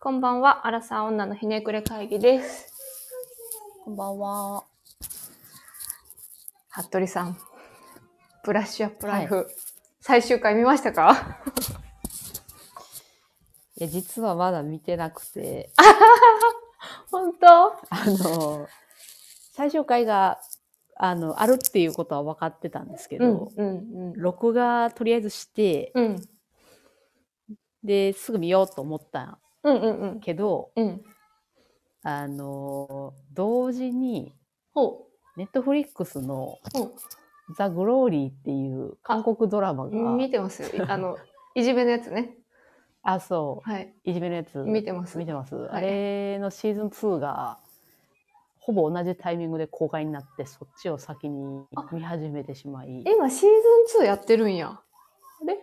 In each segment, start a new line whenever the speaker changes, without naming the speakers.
こんばんは、アラサー女のひねくれ会議です。
こんばんは。
服部さん、ブラッシュアップライフ、最終回見ましたか
いや、実はまだ見てなくて、
本当
あの、最終回が、あの、あるっていうことは分かってたんですけ
うん
ど、、
うん、うん。
録画とりあえずして、
うん、
で、すぐ見ようと思った
うん、うん、
けど、
うん。うん。
あの、同時に、
ほ
ネットフリックスの
う、ほ
ザ・グローリーっていう韓国ドラマ
う。
が
見、てますよ。いあ の、いじめのやつね。
あ、そ
はい。
う、いじめのやつ、
見てます
見。てます。
い
あれのシーズン2が、ほぼ同じタイミングで公開になって、そっちを先に見始めてしまい、
今、シーズン2やってるんや。あれ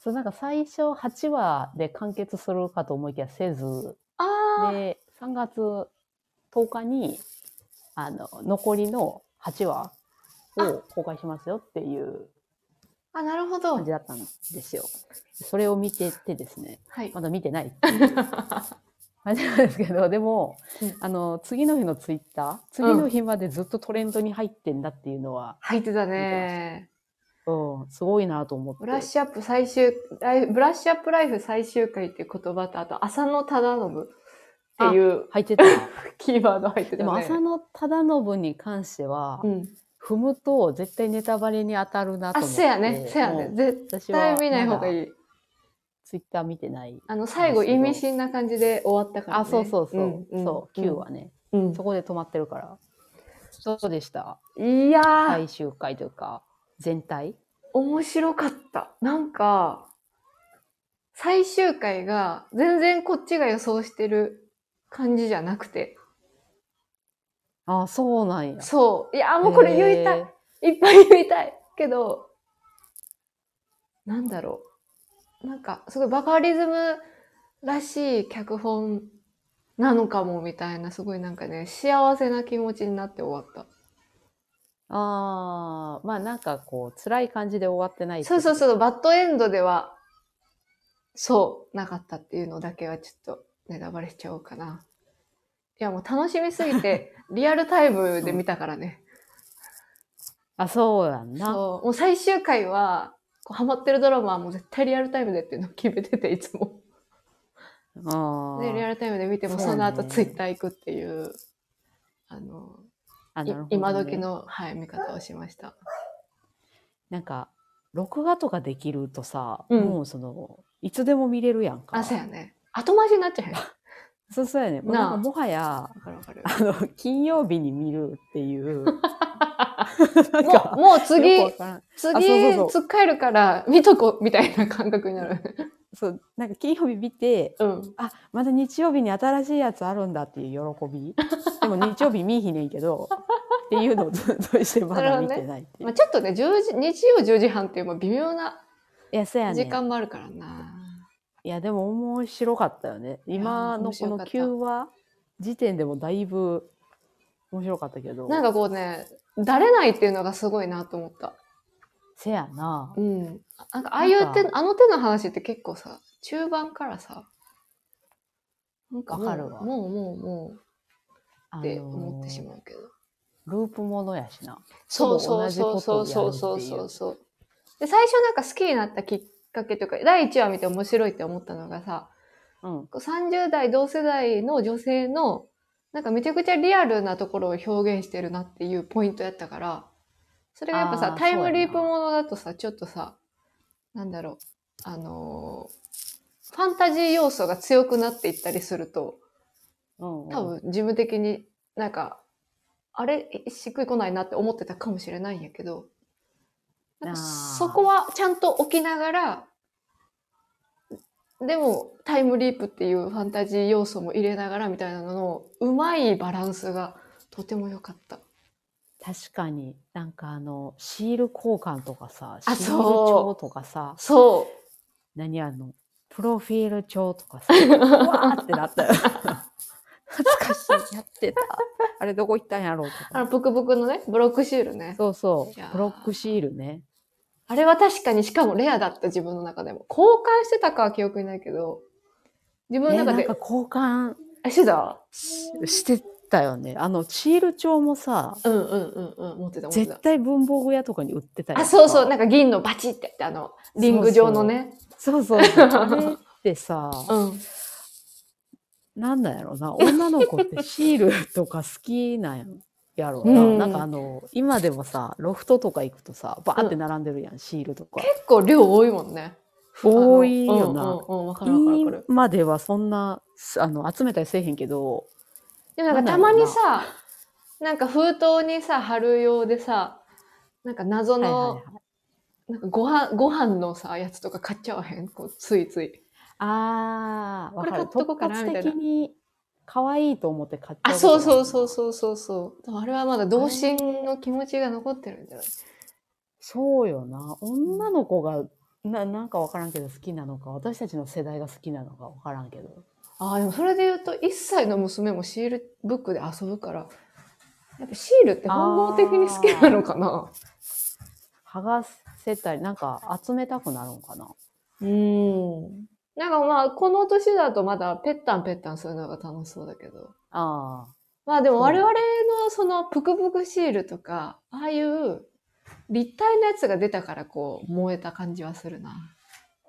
そう、なんか最初8話で完結するかと思いきやせず、
あー。
で、3月10日に、あの、残りの8話を公開しますよっていう
あ、なるほど
感。じだったんですよ。それを見ててですね、
はい。
まだ見て ないっていう感じなんですけど、でも
うん、
あの、次の日のツイッター、次の日までずっとトレンドに入ってんだっていうのは、
入ってたね。
うん、すごいなと思って。
ブラッシュアップ最終、ライフブラッシュアップライフ最終回っていう言葉と、あと、浅野忠信っていう
入 ってた。
キーワード入ってたね。
でも、浅野忠信に関しては、
うん。
踏むと絶対ネタバレに当たるなと
あ、
思って。
せやね、せやね。
もう。
絶
私は
対見ない方がい
い。
い。
ツイッター見てない。
あの、最後、意味深な感じで終わったからね。
あ、そうそうそう。
ん
そう、9。はね、
うん
そこで止まってるから。そうでした。
いやー、
最終回というか、全体。
面白かった。なんか、最終回が全然こっちが予想してる感じじゃなくて。
あ、そうなんや。
そう。いやー、もうこれ言いた
へ
い
ー。。
いっぱい言いたい。けど、なんだろう。なんか、すごいバカリズムらしい脚本なのかもみたいな、すごいなんかね、幸せな気持ちになって終わった。
ああ、まあなんかこう、辛い感じで終わってない。
そうそう
う。
そう、バッドエンドでは、そう、なかったっていうのだけはちょっとネタバレしちゃおうかな。いや、もう楽しみすぎ て、リアルタイムで見たからね。
あ、そうやんな。
そう。もう最終回は、こうハマってるドラマはもう絶対リアルタイムでっていうのを決めてて、いつも。
あ
で、リア
ー
ルタイムで見ても、
そう
そ
ね
の後ツイッター行くっていう、あの、
あ、
い
なるほどね
今時。の、はい、見方をしました。
なんか、録画とかできるとさ、
うん
もうその、いつでも見れるやんか。
あ、そうやね。後回しになっちゃうよね。
そうそうやね。もう
なあ
なんかもはや、
わかるわかる。
あの、金曜日に見るっ ていう。なん
も
か
う、もう次
よくわ、からん
次、
そう
つっかえるから、見とこ、みたいな感覚にな る。
そう、なんか金曜日見て、
うん。
あ、また日曜日に新しいやつあるんだっていう喜 び。でも日曜日見いひねんけど、っていうのをずっとしてまだ見てないっていう。
まあちょっとね、10時、日曜10時半っていう、まあ微妙ない
や、そうやね
時
ん。
間もあるからな。
いや、でも面白かったよね。今のこ
面白
の
かった
9話時点でもだいぶ面白かったけど。
なんかこうね、だれないっていうのがすごいなと思った。
せやな
う。ん。なんかああいう手
なん、
あの手の話って結構さ、中盤からさ、なんかもう
わかるわ
もうもうもう
あ
って思ってしまうけど。
う。ループものやしな。
そうそうそうそうそうそうそうそう。で、最初なんか好きになったきっかけというか、第1話見て面白いって思ったのがさ、
うん。
こう30代同世代の女性の、なんかめちゃくちゃリアルなところを表現してるなっていうポイントやったから、それがやっぱ
あ
さ
ー、
タイムリープ
そうやな
ものだとさ、ちょっとさ、なんだろう、あのーファンタジー要素が強くなっていったりすると、
うんうん
多分自分的になんか、あれ、えしっくりこないなって思ってたかもしれないんやけど、なんか
あー
そこはちゃんと置きながら、でもタイムリープっていうファンタジー要素も入れながらみたいなののうまいバランスがとても良かった。
確かに、なんかあの、シール交換とかさ、シ
あ
ール
そう
帳とかさ、
そ
何あの、プロフィール帳と かさ、うわーってなったよ。懐かしい。やってた。あれどこ行ったんやろう
う。
と
あの、
か。
ぷくぷくのね、ブロックシールね。
そうそ
いやー
う。ブロックシールね。
あれは確かにしかもレアだった自分の中でも。交換してたかは記憶にないけど、自分
ね
の
な
中
ん
で、
か交換
あ、してた
ししてたよね。あの、シール帳もさ、
うんうんうんうん、持ってた持って
絶
た。
対文房具屋とかに売ってたり
あ、そうそう、
ね、
なんか銀のバチってやって、あの、リング状のね。
そうそうそう。あれってさ、
うん。
なんだやろな、女の子ってシールとか好きなんやろ
うん
な。なんかあの、今でもさ、ロフトとか行くとさ、バーって並んでるやん、シールとか。
結構量多いもんね。
多いよ
あの
な。
うんうんうん、わかるわかるわかる。
今ではそんな、あの、集めたりせえへんけど、
でもなんかたま
なんだろうな
にさ、なんか封筒にさ、貼る用でさ、なんか謎
はいはい
の、
はい
なんかご飯、ご飯のさ、やつとか買っちゃわへんこう、ついつい。
ああ、わ
これ
かる。
買っとこ
突
うかな
発的に可愛いと思って買っちゃ
あ、そうそう
う。
そうそうそうそう。でもあれはまだ童心の気持ちが残ってるんじゃない
そうよな。女の子が、ななんかわからんけど好きなのか、私たちの世代が好きなのかわからんけど。
ああ、でもそれで言うと、1歳の娘もシールブックで遊ぶから、やっぱシールって本能的に好きなのかな
剥がせたり、なんか集めたくなるんかな。
うーん。なんかまあ、この年だとまだペッタンペッタンするのが楽しそうだけど。
ああ。
まあでも
そう
我々のそのプクプクシールとか、ああいう立体のやつが出たからこう燃えた感じはするな。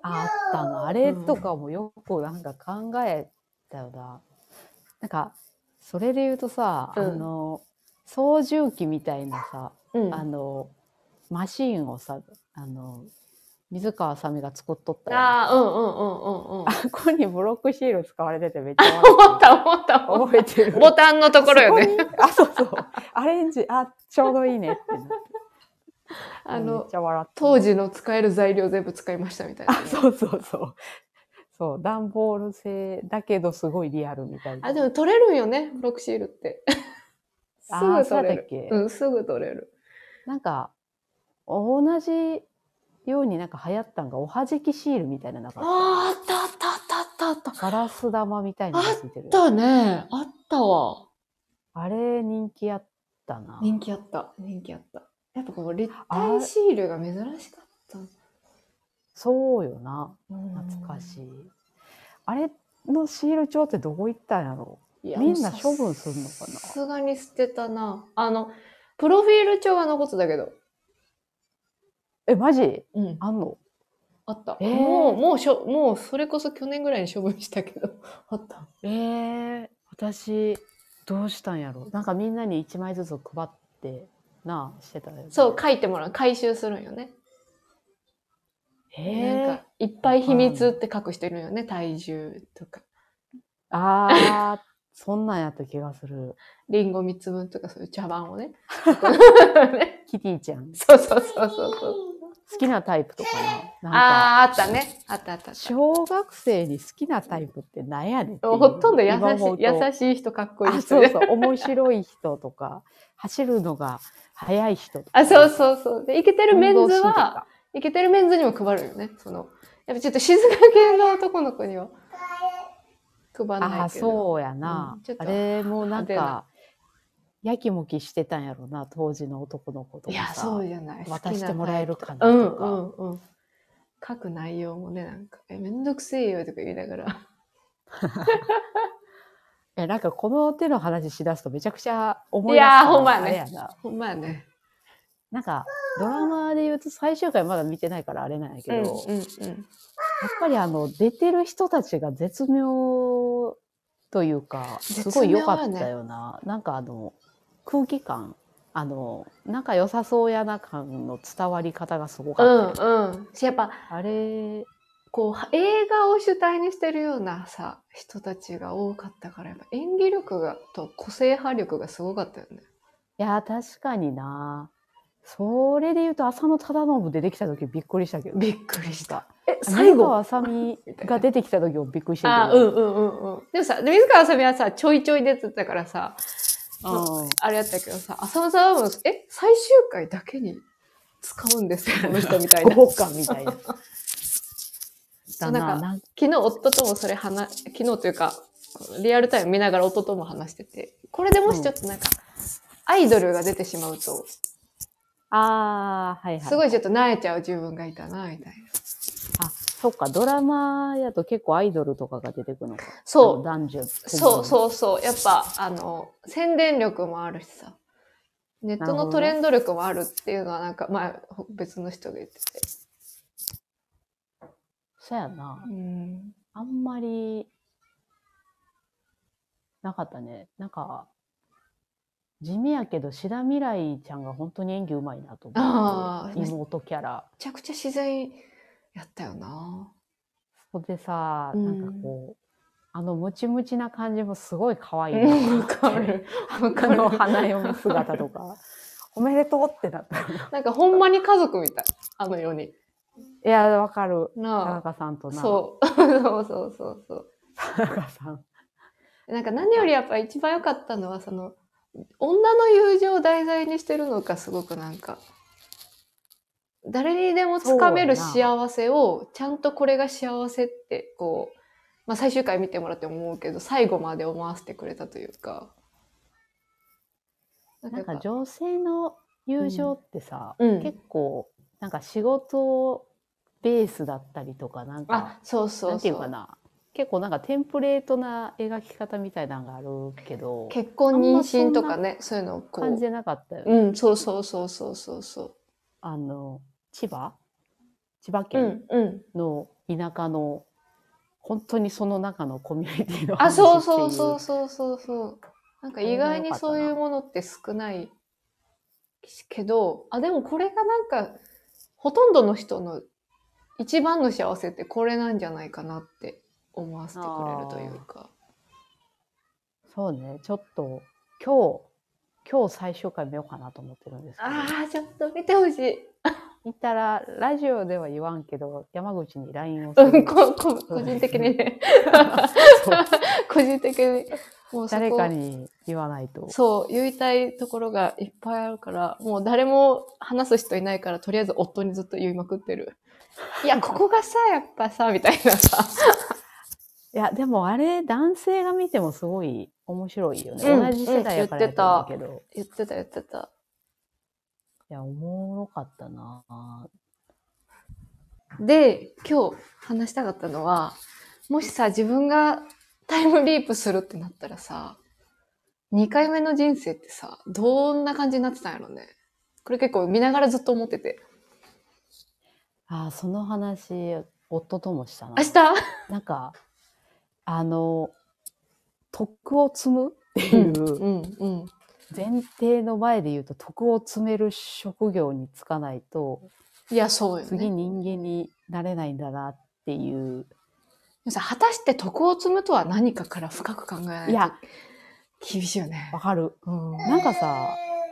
あったな。あれとかもよくなんか考えたよな。なんか、それで言うとさ、
うん
あの、操縦機みたいなさ、
うん。
あの、マシーンをさ、あの、水川あさみが作っとったやん
ああ、うんうんうんうんうん。
あここにブロックシール使われててめっちゃ
思った思った思っ
覚えてる。
た。ボタンのところよね。
そこに。あ、そうそう。アレンジ、あ、ちょうどいいねってなって。
あ
め
の
っち、ゃ笑った。
当。時の使える材料全部使いましたみたいな
あ
ね、、
そうそうそう。そう、段ボール製だけどすごいリアルみたいな。
あ、でも取れるんよね、ブロックシールって。 す
あー
ぐ
そう
取れ
だったっ
る。
け、
うん、すぐ取れる。
なんか、同じようになんか流行ったんが、おはじきシールみたいななんか
ああ、あったあったあったあったあった。
ガラス玉みたいなのがついてる
あ。ったね。あったわ。
あれ人気やったな。
人気あった。人気あった。やっぱこの立
あ
体
れ
シールが珍しかった。
そうよな。
懐
懐かしい。あれのシール帳ってどこ行ったんやろ
い。いや
みんな処分するのかな
さすがに捨てたな。あの、プロフィール帳は残ってたけど。
え、マジ
うん。
あんの
あった。
えー
もう、もうしょ、もうそれこそ去年ぐらいに処分したけど。 あった。
えー、私、どうしたんやろなんかみんなに1枚ずつ配って、なあ、してたよね。
そう、書いてもらう。回収するんよね。
え
なん
ー
か、いっぱい秘密って書く人いるよね。体重とか。
あー、そんなんやった気がする。
リンゴ3つ分とかそういう茶番を ね。
キティちゃん。
そうそうそうそうそう。
好きなタイプとかな。なんか、
ああー、あったね。あったあったあった。
小学生に好きなタイプってなんやねんっていう。
ほとんど優し
今思うと
い、優しい人、かっこいい
あ
人
そう
ね。
そう面白い人とか走るのが速い人とか
あ、そうそうそう。で、イケてるメン
運
ズ
動神経
は、
が
イケてるメンズにも配るよね。その、やっぱちょっと静か系の男の子には配らな
あ
いけど。
そうやな、
うんちょっと
あれもなん
派
かやきもきしてたんやろな当時の男の子と
いや
か、さ
そうじゃない。
渡してもらえるかな
好きなタイ
と
プ
か、
うんうんうん。書く内容もね、なんか、え、めんどくせえよとか言いながら。
えなんかこの手の話しだすとめちゃくちゃ思い
い
出す
やー
から
ほんまやね
あれやな
ほんまやね。
なんかドラマで言うと最終回まだ見てないからあれなんやけ
う
ど、
んう
やっ
んうん。
ぱりあの出てる人たちが絶妙というかすごい良かったよな、なんかあの空気感あの仲良さそうやな感の伝わり方がすごか
う
ったよ、
んうん。しやっぱ、
あれ
こう、映画を主体にしてるようなさ、人たちが多かったから、やっぱ演技力が、と個性派力がすごかったよね。
いや確かになそれで言うと浅野忠信出てきた時びっくりしたけど
びっくり した。え、
水川あさみ
みたいな
が出てきた時もびっくりして
あ、うんうんうんうん。でもさ、水川あさみはさ、ちょいちょい出てたからさ、
うん
あれやったけどさ、浅野さんはもう、え、最終回だけに使うん ですかこの人みたいな。
豪華みたいな。
うな
だ
ん
な
か
なん
昨日夫ともそれ話、昨日というか、リアルタイム見ながら夫とも話してて、これでもしちょっとなんか、アイドルが出てしまうと、
ああ、はいはい。
すごいちょっと萎えちゃう自分がいたな、みたいな。
そっか、ドラマやと結構アイドルとかが出てくるのか。あの
そう。
男女。
そう
う。
そうそう。やっぱ、あの、宣伝力もあるしさ。ネットのトレンド力もあるっていうのは、なんか、まあ、ほ別の人が言ってて。
そうやな。
うん。
あんまり、なかったね。なんか、地味やけど、志田未来ちゃんが本当に演技うまいなと思って。
あー
妹キャラ。
めちゃくちゃ自然やったよな。
それでさ、
うん
なんかこう、あのムチムチな感じもすごい可愛いなと
う
思
ん
っ
わ
て。
かる。わ
あ
か
の
る。
花嫁姿と か。おめでとうってなった。い
なんか、ほんまに家族みたい。あの世に。
や、わかる。田
な
中さんと
あ。
な。
そう。 そうそうそうそう。
田中さん。
なんか何よりやっぱ一番良かったのはその女の友情を題材にしてるのがすごくなんか誰にでもつかめる幸せをちゃんとこれが幸せってこう、まあ、最終回見てもらっても思うけど最後まで思わせてくれたというかなん
なん
や
か
っぱ
女性の友情ってさ、
うん
結構、なんか仕事ベースだったりとか、なん
あ
か、
そうそうそう
なんていうかな。結構なんかテンプレートな描き方みたいなのがあるけど、
結婚妊娠とかねそういうのをこ
感じ
う、
じゃなかったよね。
うん、そうそうそうそうそうそ
あの、千葉千葉
うう
県
んうん
の田舎の、本当にその中のコミュニティの
あ、
話っていう
そうそうそうそうそうそう。なんか意外にそういうものって少ないけど、あ、でもこれがなんか、ほとんどの人の一番の幸せってこれなんじゃないかなって思わせてくれるというか。
そうね、ちょっと今日、今日最終回見ようかなと思ってるんですけど、
ああ、ちょっと見てほしい。
見たらラジオでは言わんけど、山口に LINE をす
うん、
る。
ここ個人的にね。
そう
個人的に。もうそこ
誰かに言わないと。
そう、言いたいところがいっぱいあるから、もう誰も話す人いないから、とりあえず夫にずっと言いまくってる。 いや、ここがさ、やっぱさ、みたいなさ。
いや、でもあれ、男性が見てもすごい面白いよね。
うん
同じ世代やからやと思うけど。い
言ってた、言ってた。
や、おもろかったなぁ
で、今日話したかったのは、もしさ、自分がタイムリープするってなったらさ、2回目の人生ってさ、どんな感じになってたんやろね。これ結構見ながらずっと思ってて。
あーその話、夫ともしたな
明。日
なんか、あの、徳を積むっていう、
うん、うん。
前提の前で言うと徳を積める職業に就かないと
いや、そうよね。
次人間になれないんだなっていう、
さ果たして徳を積むとは何かから深く考えない
いや
と厳しいよね
わ。かる
うん。
なんかさ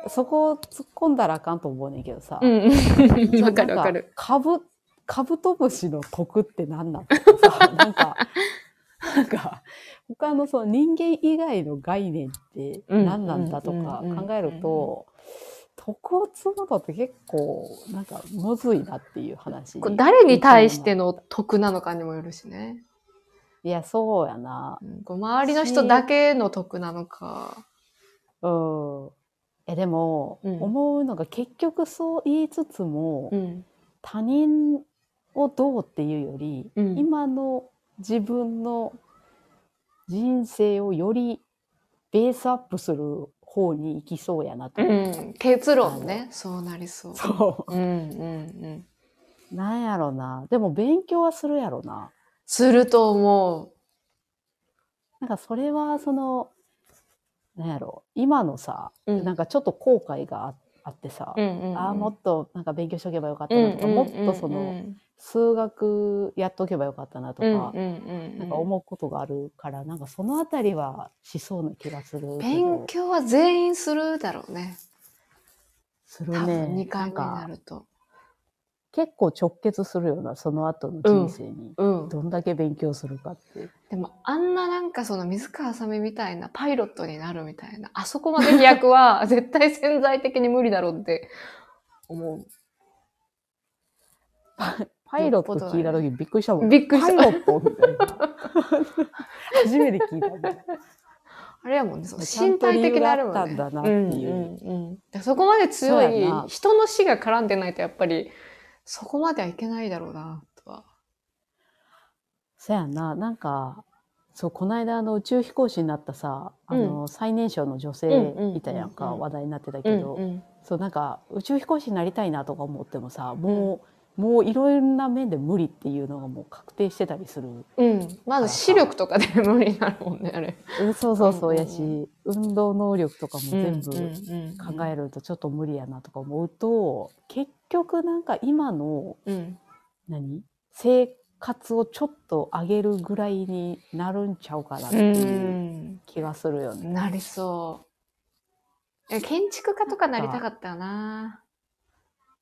そこを突っ込んだらあかんと思うねんけどさ、
うん。わかるわかる。
カブカブトムシの徳って何なんとか さなんかなんか他のその人間以外の概念って何なんだとか
うんうんうんうん
考えると徳を積むのって結構なんかむずいなっていう話
これ誰に対しての徳なのかにもよるしね。
いや、そうやな。
うんこう周りの人だけの徳なのか。
うん。え、でも、
うん
思うのが結局そう言いつつも、
うん。
他人をどうっていうより、
うん
今の自分の人生をよりベースアップする方に行きそうやなと。
うん。結論ね。そうなりそう。
そ
うんうんうん。
う。なんやろな。でも勉強はするやろな。
すると思
なんかそれは、その、なんやろ。今のさ、
う。うん
なんかちょっと後悔がああってさ、
うんうんうん。
ああもっとなんか勉強しとけばよかった
うん
な
う
と
ん
か、
うん
もっとその数学やっとけばよかったなと
うん
か、
うんうんうん
なんか思うことがあるからなんかそのあたりはしそうな気がするけど
勉強は全員するだろうね。
す
多
る
分
ね
2回目に
な
なん
か
ると。
結構直結するようなその後の人生に、
うん。
どんだけ勉強するかって
でもあんななんかその水川あさみみたいなパイロットになるみたいなあそこまで飛躍 は絶対潜在的に無理だろうって思
パイロット聞いた時びっくりしたもん
びっくりした
パイロットみた いな初めて聞いたもん
うあれやもんねその
ちゃ
身
んと
体
理由
的
が
な
あ
あれも
った
ね
んだなっ
う
て
ん
い
う
う、
んうん、そこまで強
そう
い
やな
人の死が絡んでないとやっぱりそこまではいけないだろうなとは
そやな、なんか、そう、この間、あの、宇宙飛行士になったさ、あの、最年少の女性いたや
うんうんう
ん
ん
か、
うん
話題になってた
う
け
ん
ど、
うん
そう、なんか、宇宙飛行士になりたいなとか思ってもさ、もう、もういろんな面で無理っていうのがもう確定してたりする。
うん、まだ視力とかで無理になるもんねあれ
うんそうそうそうや
うん
し、運動能力とかも全部考
え
えるとちょっと無理やなとか思うと、結局なんか今の
うん
何生活をちょっと上げるぐらいになるんちゃうかなって
うん、
いう気がするよね。
なりそうえ建築家とかなりたかったよな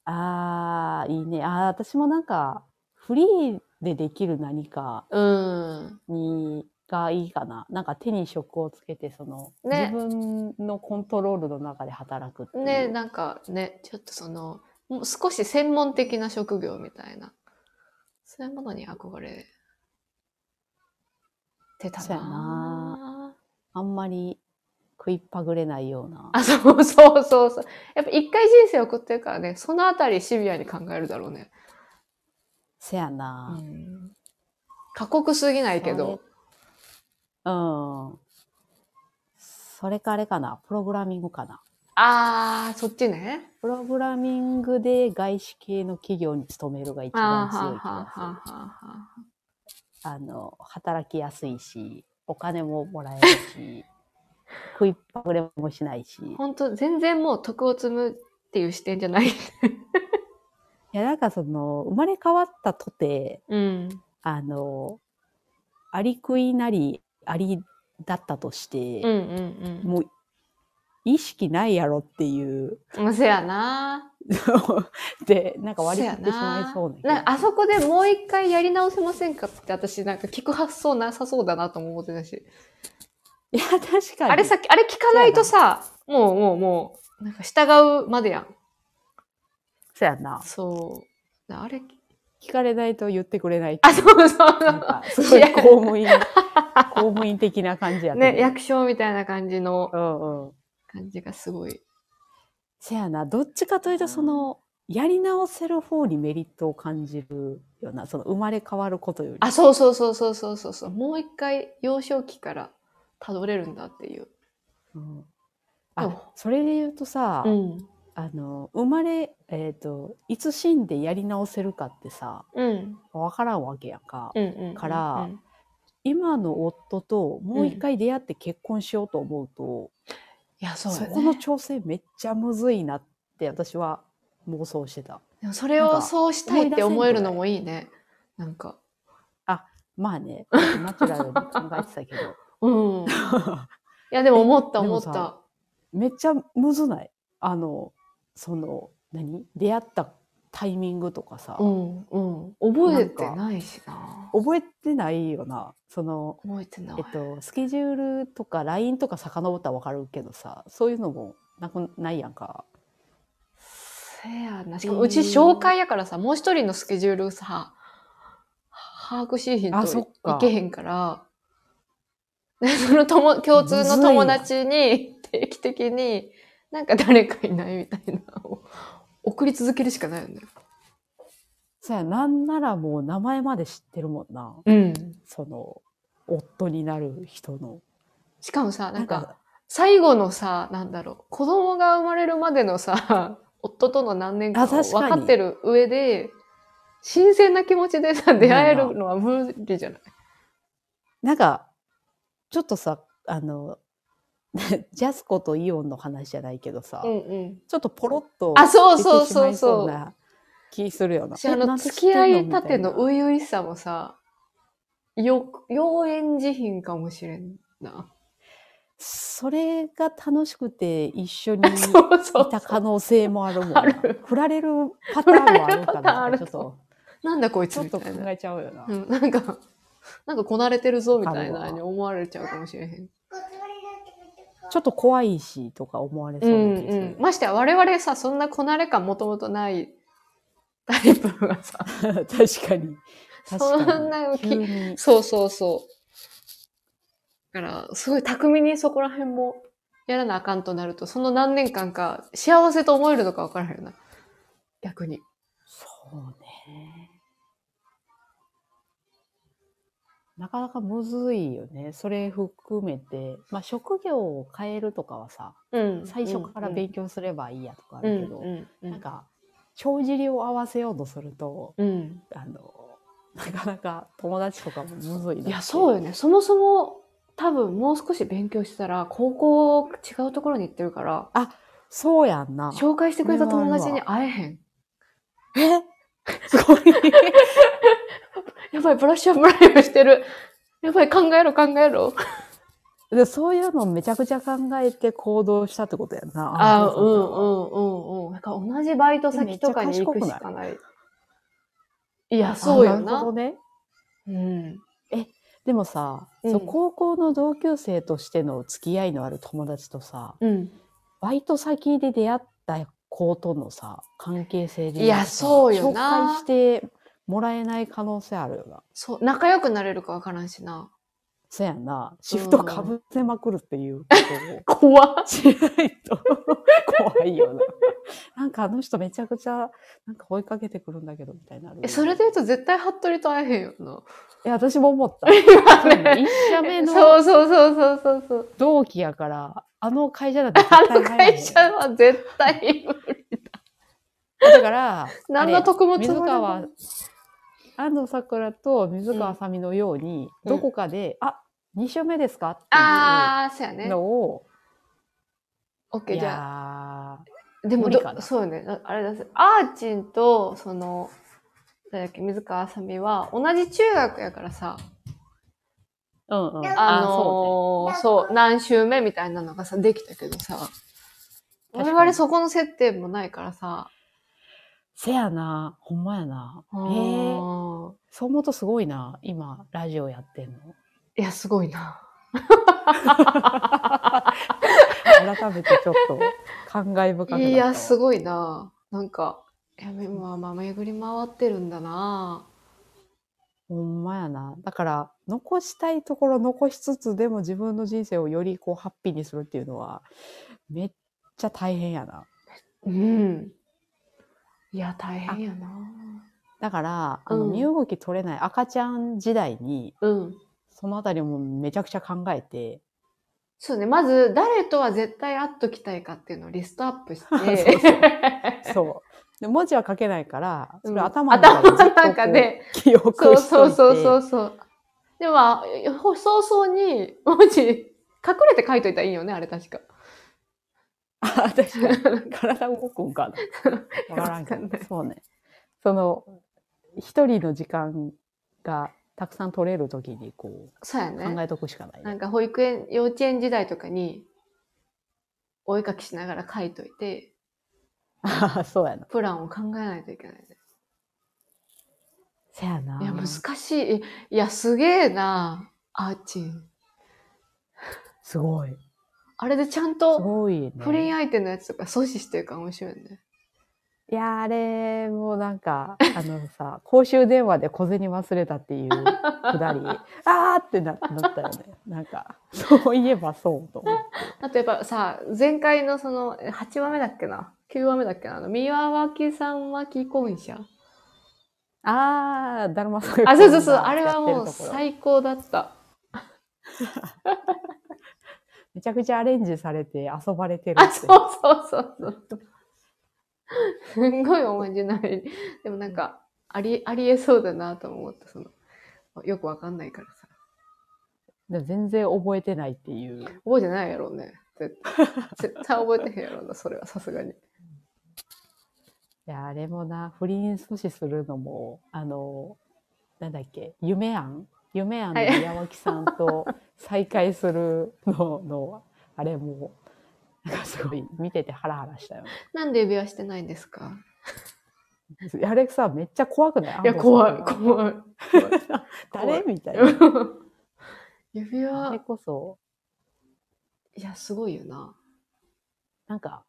ああいいね。ああ私もなんかフリーでできる何か
うん
にがいいかな。なんか手に職をつけてその、
ね
自分のコントロールの中で働くっていう。
ねなんかねちょっとそのもう少し専門的な職業みたいなそういうものに憧れてた
そうや
な
なあんまり食いっぱぐれないような。
あそうそうそうそうやっぱ一回人生送ってるからねそのあたりシビアに考えるだろうね
せやな。
うん過酷すぎないけど。
それ。うん。それかあれかな。プログラミングかな。
あー、そっちね。
プログラミングで外資系の企業に勤めるが一
あ
番
ーは
強
ー
い気
はー
がす
は。ー
る
はーは
あの、働きやすいし、お金ももらえるし、 食いっぱぐれもしないし。
ー。ほんと、全然もう徳を積むっていう視点じゃない。
いや、なんかその、生まれ変わったとて、
うん。
あの、あり食いなり、ありだったとして、
うんうん
もう、意識ないやろっていう、
うん。まあ、せやな。
で、なんか割り
せ
切
や
ってしまいそうな気
な
が。
あそこでもう一回やり直せませんかって私なんか聞く発想なさそうだなとも思ってたし。
いや、確かに。
あれさっき、あれ聞かないとさ、もうもうもう、なんか従うまでやん。
そうやな。
そう。あれ、
聞かれないと言ってくれない。
あ、そうそうそ
なん
う。
か、すごい公務 員、公務員的な感じやったけ
ね、
ど
役所みたいな感じの
うんうん。
感じがすごい。
せやな。どっちかというと、その、やり直せる方にメリットを感じるような、その生まれ変わることより。
あ、そうそうそうそうそうそうそう。もう一回幼少期からたどれるんだっていう。
うん
で
あ
も、
それで言うとさ、
ん。
あの、生まれ、えっ、と、いつ死んでやり直せるかってさ、
うん。
わからんわけやんか。
うん。うん。
から
うん
今の夫ともう一回出会って結婚しようと思うと、
いや、そうよ
そ
ね。
この調整めっちゃむずいなって私は妄想してた。
でもそれ
な
を
んか
そうしたいって思えるのもいいね。なんか。
ま あね、ナチュラルに考えてたけど、
うん。 いや、でも思った
えで
思
も
っ
さ
た。
めっちゃむずない。あの、その、何出会ったタイミングとかさ、
うん。うん。覚えてないしな。
覚えてないよな。その、
覚えてない
えっ。と、スケジュールとか LINE とか遡ったらわかるけどさ、そういうのもなくないやんか。
せやな。しかもうち紹介やからさ、もう一人のスケジュールさ、把握しひん
あそっ
とい
か
けへんから、 でその友共通の友達に定期的に、なんか誰かいないみたいなのを送り続けるしかないよね。
そや、なんならもう名前まで知ってるもんな。
うん。
その夫になる人の
しかもさ、な
なんん
か、
か
最後のさ、なんだろう、子供が生まれるまでのさ、 夫との何年間を
あ確か
分
に
かってる上で、新鮮な気持ちでさ、出会え
う
る
ん
のは無理じゃない
なんかちょっとさあの ジャスコとイオンの話じゃないけどさ、
うんうん。
ちょっとポロッと
あ、そうそう
出てし
そ
ま
う
いそ
そうう。
な気するよな。
私あ
えな
の、
んで知
付
ってん
き合いたて
み
の
いな
初々しさもさ、よ、妖艶自品かもしれんな。
それが楽しくて一緒に い
そうそう。
た可能性もあるもん
あ
な
る。
振られるパターンもあるか
振られるパターン あ
な
る
ちょっと
なんだこい
ち
つ
ょっ
みた
と
い
考
な。
えちゃうよな。
うん、なんか、なんかこなれてるぞみたい
ある
な
わ
に思われちゃうかもしれへん。
ちょっと怖いしとか思われそううんな気する。
うん。ましてや我々さ、そんなこなれ感もともとないタイプがさ、
確かに。確かに
そんな
急に。
そうそうそう。だから、すごい巧みにそこら辺もやらなあかんとなると、その何年間か幸せと思えるのかわからへんよな。逆に。
そうね。なかなかむずいよね。それ含めて、まあ、職業を変えるとかはさ、
うん
最初から勉強すればいいやとかあ
うん
るけど、
うんうん
なんか、帳尻を合わせようとすると、
うん
あの、なかなか友達とかもむずいなって
いやそうよねそもそも多分もう少し勉強してたら高校違うところに行ってるから
そうやんな。
紹介してくれた友達
そ
に
れ
会えへん
え すごい。
やばいブラッシュアップライブしてるやばい考えろ考えろ
でそういうのをめちゃくちゃ考えて行動したってことやんな。
あ
の
あーう
人た
ん
ちは
うんうんうんなんか同じバイト先とかに行くしかないいやそうよ
あなる
な
ほどね。
うん
でもさ、
うん
そう高校の同級生としての付き合いのある友達とさ、
うん
バイト先で出会った子とのさ、関係性で。
いやそうよな
紹介してもらえない可能性あるよな。
そう仲良くなれるかわからんしな
そうやんな。シフトかぶせまくるっていう こ
怖
とをしないと怖いよな。なんかあの人めちゃくちゃなんか追いかけてくるんだけどみたいになるよ
え
ね。
それで言うと絶対服部と会えへんよな
いや、私も 思った。
今
そうね
ね
一社目の
そうそうそうそうそうそう。
同期やから、あの会社だって 絶
あ
対
の
入らへん
会社は絶対無理。
だから、
何の得もつ
水
もら
川
ない。、
安藤サクラと水川あさみのように、
うん
どこかで、あ、2週目ですかっ
ああ、そうや
ていう
ね
の。を、
オッケ
い
ー、じゃ
や
あ。でも
無理か
ど、
な
そうよね。なあれだぜアーチンと、その、誰だっけ、水川あさみは、同じ中学やからさ、
ーうんうん。
あ
そ
のーそう、何週目みたいなのがさ、できたけどさ、
確か
我
に
々そこの接点もないからさ、
うねせやな、ほんまやな。
う
へえー、
ーん
そう思うとすごいな、今、ラジオやって んの。
いや、すごいな。
改めてちょっと、感慨深くなったわ
いや、すごいな。なんか、いや、まあまあ、巡り回ってるんだな。
ほんまやな。だから、残したいところ残しつつ、でも自分の人生をよりこう、ハッピーにするっていうのは、めっちゃ大変やな。
うん。いや、大変やな。
だから、あの、
うん
身動き取れない赤ちゃん時代に、
うん。
そのあたりもめちゃくちゃ考えて、
そうね、まず、誰とは絶対会っときたいかっていうのをリストアップし
そうそう
て、
そう。で文字は書けないから、それ
うん
頭の中でずっとこう
頭の中で、
記憶しと
そ
いうて。
そうそうそうそう。でも、早々に、文字、隠れて書いといたらいいよね、あれ確か。
あ確かに。体動くんかな。 わからんけ
わかんな
ど
い。
そうね。その、一人の時間がたくさん取れるときに、こう、
そうやね
考。えとくしかない、
なん
ね。
か保育園、幼稚園時代とかに、お絵かきしながら書いといて、
ああ、 そうやな。
プランを考えないといけないね。
せやな。
いや、難しい。いや、すげえな、アーチン。
すごい。す
あれでちゃんと、
ごいね。
不倫相手のやつとか阻止してるから面白いよね。
いや、あれ、もうなん か、あのさ、公衆電話で小銭忘れたっていうくだ り、あーってななったよね。なんか、そういえばそうと思って。
あとやっぱさ、前回のその、え8話目だっけな ?9 話目だっけなあの、三輪脇さんは既婚者。
あー、だるまさんが
あ、そうそうそう、あれは
や
もう
ってるところ
最高だった。
めちゃくちゃアレンジされて遊ばれてる
あ、
って。
そうそうそうそう。すんごいおまじない。でもなんか、あり、ありえそうだなとも思った、その、よくわかんないからさ。
でも全然覚えてないっていう。
覚えてないやろうね。絶対絶対覚えてへんやろうな、それはさすがに。
いや、あれもな、不倫阻止するのも、あの、なんだっけ、夢庵夢庵の
はい
宮脇さんと 再会するのの、あれも、なんかすごい見ててハラハラしたよね。
なんで指輪してないんですか
あれさ、めっちゃ怖くない
いや、怖い、怖い。怖い
誰みたいな。
うん 指
あれ
輪、
こそ、
いや、すごいよな。
なんか、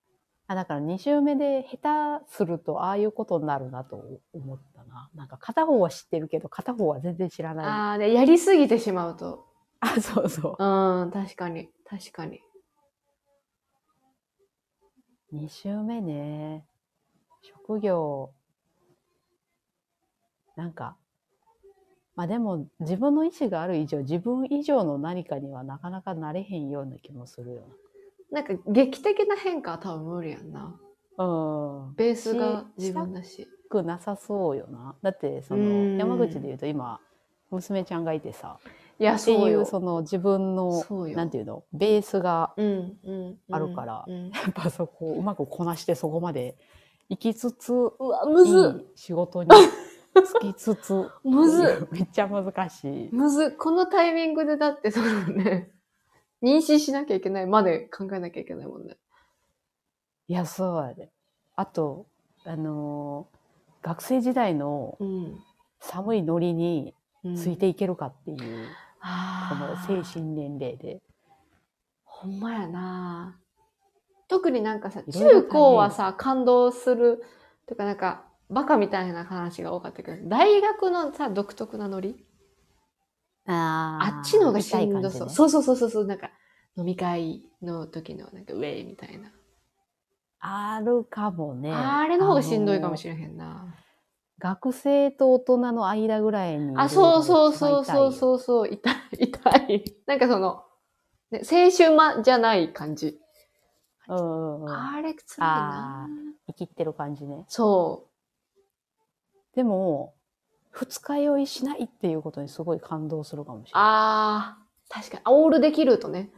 あだから2周目で下手するとああいうことになるなと思ったな。なんか片方は知ってるけど片方は全然知らない。
ああ、で、やりすぎてしまうと。
あ、そうそう。
うん、確かに、確かに。
2週目ね職業なんかまあでも自分の意思がある以上自分以上の何かにはなかなかなれへんような気もするよ
なんか劇的な変化は多分無理やんな。
な。うん。
ベースが自分だし。
くなさそうよな。だってそ
うん
の山口で言うと今娘ちゃんがいてさ
いや、
って
そう
い
よ。
うその自分の
そうよ
なんていうのベースが
うんうんうん
あるから
うん
やっぱそこをうまくこなしてそこまで行きつつ
うわ、む
い
ず
い仕事につきつつ
っむずっ
めっちゃ難しい。
むずっこのタイミングでだってそのね、妊娠しなきゃいけないまで考えなきゃいけないもんね。
いやそうやで。あとあのー学生時代の
うん。
寒いノリに
うん
ついていけるかっていう、この
ああ。
精神年齢で。
ほんまやな特になんかさ、
い
中
ろいろ大変
高はさ、感動する、とかなんか、バカみたいな話が多かったけど、大学のさ、独特なノリ
あ
あっちの方がしんどそう。
う。
そうそうそうそうそう、なんか、飲み会の時の、なんか、ウェイみたいな。
あるかもね。
あれの方がしんどいかもし
れない。
れへんな。
学生と大人の間ぐらいに。
あ、そうそうそうそう
う。
そうそう、痛い、痛い。なんかその、ね、青春まじゃない感じ。
うんうんうん。
あれ、つらいな
あ。生きってる感じね。
そ
でも、二日酔いしないっていうことにすごい感動するかもし
う。
れない。
あー、確かに。オールできるとね。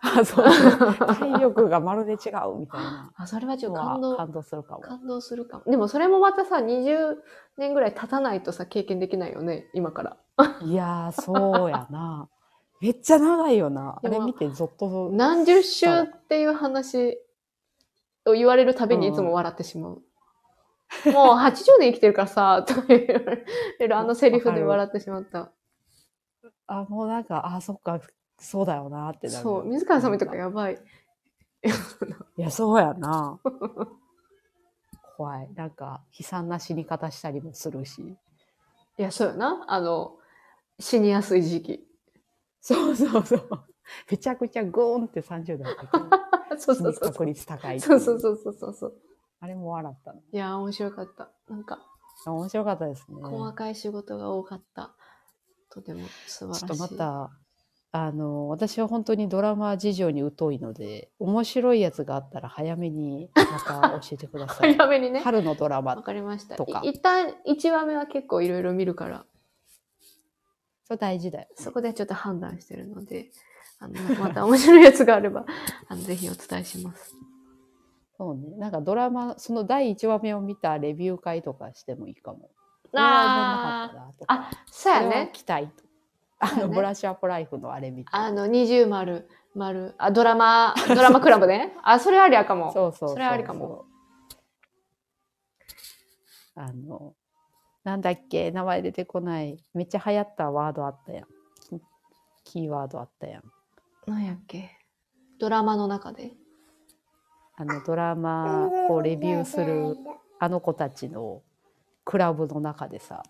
あ、そうそう。 体力がまるで違うみたいな。
あ、それはちょっと
のは
感動、
感動するかも。
感動するかも。でもそれもまたさ、20年ぐらい経たないとさ、経験できないよね、今から。
いやー、そうやな。めっちゃ長いよな。あ
でも
れ見てゾッと。
何十週っていう話を言われるたびにいつも笑ってしまう。もう80年生きてるからさ、 とか言われるあのセリフで笑ってしまった。
あ、もうなんか、あ、そっか、そうだよなってなる。
そう、水川さんとか
い
やばい。
や、そうや な。怖い。なんか、悲惨な死に方したりもするし。
いや、そうよな。あの、死にやすい時期。
そうそうそう。めちゃくちゃゴーンって30代だけ ど
そう
死
そう
に
そう
確。率高いってい
そうそうそうそうそうそう。
あれも笑ったの。
いやー、面白かった。なんか、
面白かったですね。
細かい仕事が多かった。とても素晴
ちょっ
ら
と
しい。
また、あの、私は本当にドラマ事情に疎いので、面白いやつがあったら早めにまた教えてください。
早めにね。
春のドラ
わ
マ、
かりました。い
とか
一旦1話目は結構いろいろ見るから、
それ大事だよ。
そこでちょっと判断してるので、あのまた面白いやつがあれば、 あのぜひお伝えします。
そうね。なんかドラマ、その第1話目を見たレビュー会とかしてもいいかも。
あー
ああ
あ、そうや
これは
ね。
期待と。あ
そうや
の、
ね
ブラッシュアップライフのあれ見て。
あの、二重丸、丸、あ、ドラマ、 ドラマクラブね。あ、それありやかも。
そうそうう
それありかも。
あの、なんだっけ、名前出てこない。めっちゃ流行ったワードあったやん。キキーワードあったやん。
なんやっけ。ドラマの中で。
あの、ドラマをレビューするあの子たちのクラブの中でさ、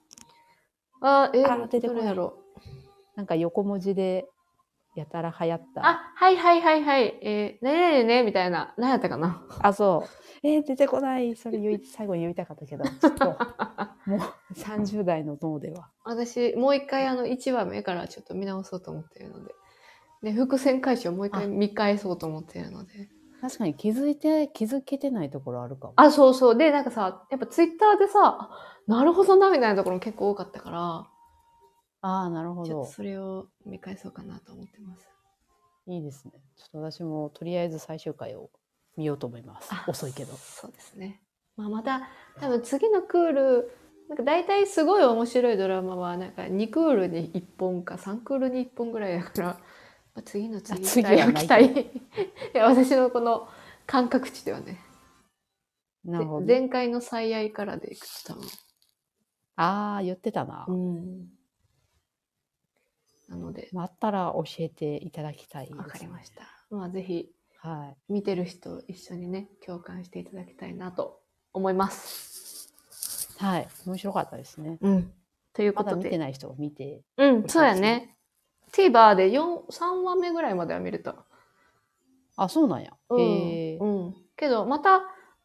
あ、え、
あ出て
ど
こない
れやろう。
なんか横文字でやたら流行った。
あ、はいはいはいはい。えー、ねえねえねえみたいな。何やったかな。
あ、そう。えー出てこない。それ言い、最後に言いたかったけど、ちょっと、もう30代の脳では。
私、もう一回あの、1話目からちょっと見直そうと思っているので。で、伏線回収をもう一回見返そうと思っているので。
確かに気づいて、気づけてないところあるかも。
あ、そうそう。で、なんかさ、やっぱツイッターでさ、あなるほどな、みたいなところも結構多かったから、
ああ、なるほ
ちょっ
ど
と。それを見返そうかなと思ってます。
いいですね。ちょっと私もとりあえず最終回を見ようと思います
あ。
遅いけど。
そうですね。まあ、また、多分次のクール、なんか大体すごい面白いドラマは、なんか2クールに1本か3クールに1本ぐらいだから、まあ、次の次
次
ぐらい
は
を
ない
期待。 いや、私のこの感覚値ではね、
なるほど。
前回の最愛からでいくと多分。
ああ、言ってたな。
うん。なので、
まああったら教えていただきたいです、
わかりました。まあ、ぜひ、
た。はい。
見てる人一緒にね、共感していただきたいなと思います。
はい。面白かったですね。
うん。というこ
まだ
と
見
で。
てない人を見て。
うん、そうやね。TVer で4 3話目ぐらいまでは見れた。
あ、そうなんや。
うん
へえ
う。ん。けど、また、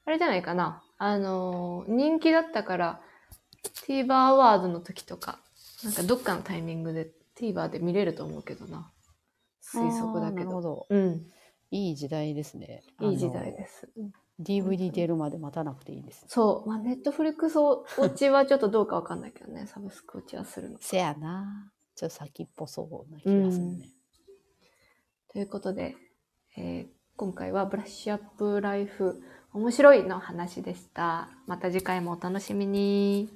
あれじゃないかな。あのー人気だったから、TVer アワードの時とか、なんかどっかのタイミングで TVer で見れると思うけどな。推測だ
あーな
け
る
ど。
ほど。
うん。
いい時代ですね。
いい時代です。うん
す。DVD 出るまで待たなくていいです。
そう。まあ、ネットフリックス を、うちはちょっとどうかわかんないけどね。サブスク落ちはするの。
せやな。ちょっと先っぽそうな気がするね。
ということで、えー今回はブラッシュアップライフ面白いの話でした。また次回もお楽しみに。